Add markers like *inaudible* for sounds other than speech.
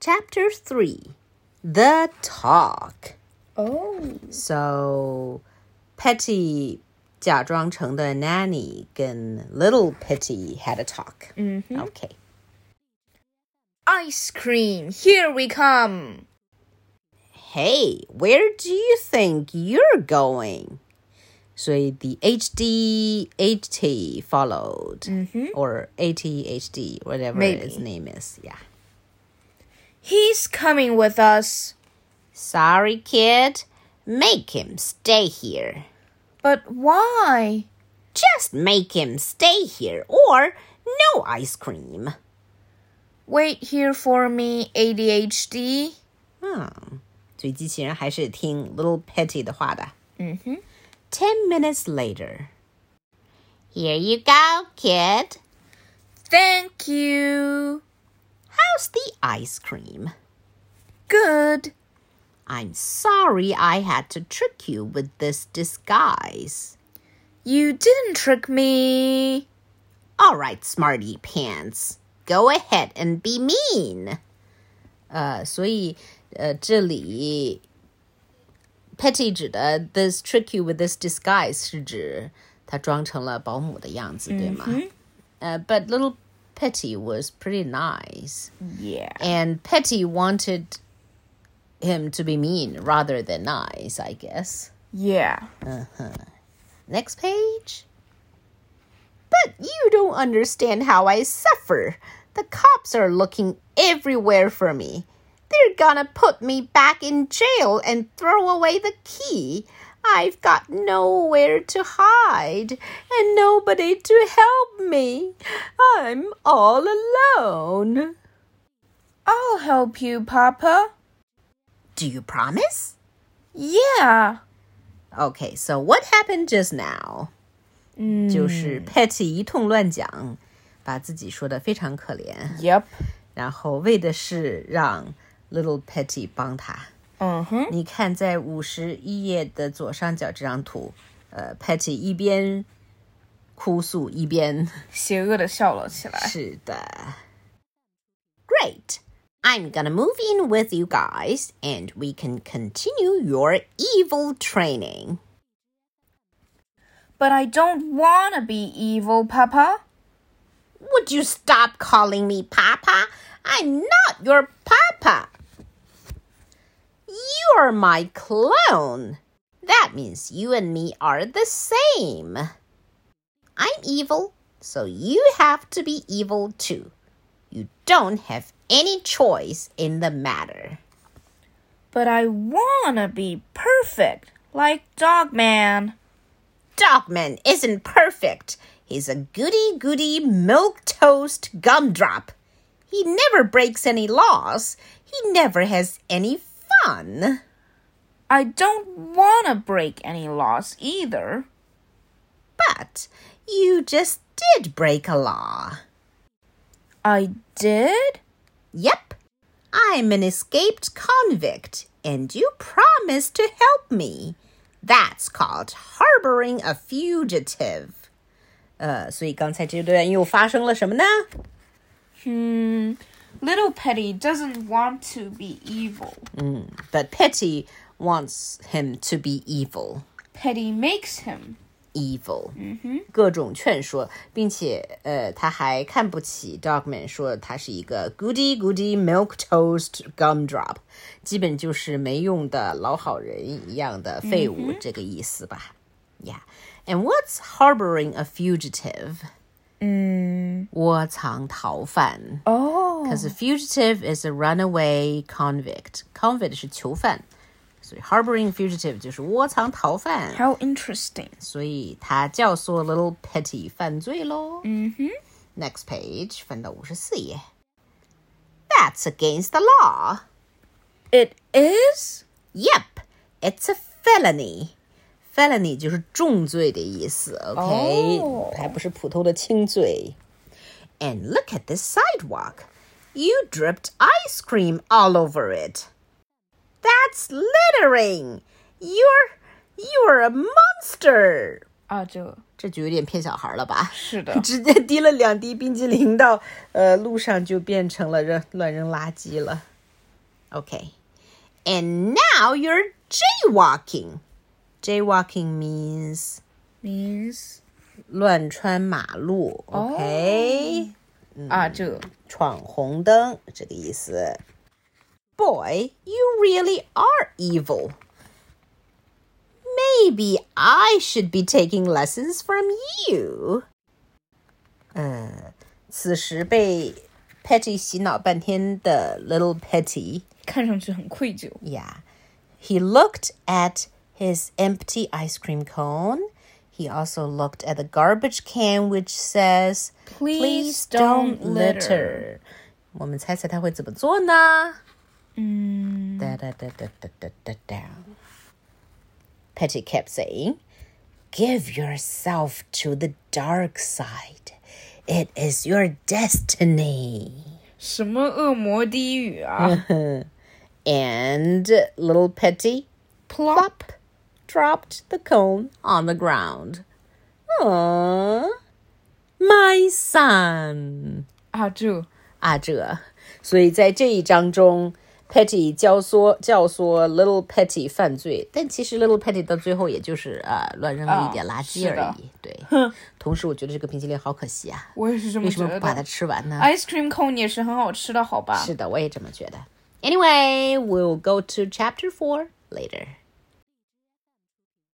Chapter 3 The Talk. Oh. So, Petty 假装成的 Nanny 跟 Little Petty had a talk. Okay. Ice cream, here we come. Hey, where do you think you're going? 所以 the HD HT followed, or ATHD, whatever Maybe. his name is. Yeah. He's coming with us. Sorry, kid. Make him stay here. But why? Just make him stay here, or no ice cream. Wait here for me, ADHD. 嗯，所以机器人还是听 Hmm. Little Petty 的话的。Ten minutes later. Here you go, kid. Thank you. How's the ice cream? Good. I'm sorry I had to trick you with this disguise. You didn't trick me. All right, smarty pants. Go ahead and be mean. Uh, 呃，所以呃，这里 Petty 指的 this trick you with this disguise 是指他装成了保姆的样子，对吗？呃、mm Uh, but little Petty was pretty nice, Yeah. and Petty wanted him to be mean rather than nice, I guess. Yeah. Next page. But you don't understand how I suffer. The cops are looking everywhere for me. They're gonna put me back in jail and throw away the key. I've got nowhere to hide and nobody to help me. I'm all alone. I'll help you, Papa. Do you promise? Yeah. Okay, so what happened just now? 就是 Patty 一通乱讲，把自己说的非常可怜， Yep. 然后为的是让 Little Patty 帮他。 Uh-huh. 你看，在五十一页的左上角这张图，呃，Patty 一边哭诉一边邪恶的笑了起来。是的。Great. I'm gonna move in with you guys and we can continue your evil training. But I don't wanna be evil, Papa. Would you stop calling me Papa? I'm not your Papa. You're my clone. That means you and me are the same. I'm evil, so you have to be evil too. You don't have any choice in the matter. But I wanna be perfect, like Dogman. Dogman isn't perfect. He's a goody goody milk toast gumdrop. He never breaks any laws. He never has any fun. I don't wanna break any laws either. But you just did break a law. I did? Yep. I'm an escaped convict, and you promised to help me. That's called harboring a fugitive. Uh, 呃，所以刚才这段又发生了什么呢？ Hmm. Little Petty doesn't want to be evil. But Petty wants him to be evil. Petty makes him. Evil，嗯哼，各种劝说，并且呃，他还看不起 Dogman，说他是一个 goody goody milk toast gumdrop，基本就是没用的老好人一样的废物，这个意思吧？Yeah，and what's harboring a fugitive？嗯，窝藏逃犯。 Oh. Because a fugitive is a runaway convict. Convict 是囚犯，所以 harboring fugitive 就是窝藏逃犯。 How interesting. 所以他教唆 Little Petty 犯罪喽。嗯哼。Next page，翻到五十四页。That's against the law. It is? Yep, it's a felony. Felony 就是重罪的意思，OK，、哦还不是普通的轻罪。And look at this sidewalk. You dripped ice cream all over it. That's littering. You're you're a monster. 这就有点骗小孩了吧？ *laughs* 啊，这是的。直接滴了两滴冰激凌到呃路上，就变成了扔乱扔垃圾了。 Okay. And now you're jaywalking. Jaywalking means means 乱穿马路。Okay. 啊，这个闯红灯这个意思。Boy, you really are evil. Maybe I should be taking lessons from you. 嗯，此时被 Petty 洗脑半天的 Little Petty 看上去很愧 *laughs* 疚。 yeah. He looked at his empty ice cream cone. He also looked at the garbage can which says Please don't litter." 我们猜猜他会怎么做呢？嗯 Da da da da da da da da. Petty kept saying, Give yourself to the dark side. It is your destiny. 什么恶魔低语啊 And little Petty ？Plop， dropped the cone on the ground. Aww, my son. 啊，这个啊，这，所以在这一章中，Petty 教唆教唆 Little Petty 犯罪，但其实 Little Petty 到最后也就是呃乱扔了一点垃圾啊是的而已。对，同时我觉得这个冰淇淋好可惜啊， *laughs* 我也是这么为什觉么不得把它的。吃完呢？ Ice cream cone 也是很好吃的，好吧？是的，我也这么觉得。Anyway, we'll go to chapter four later.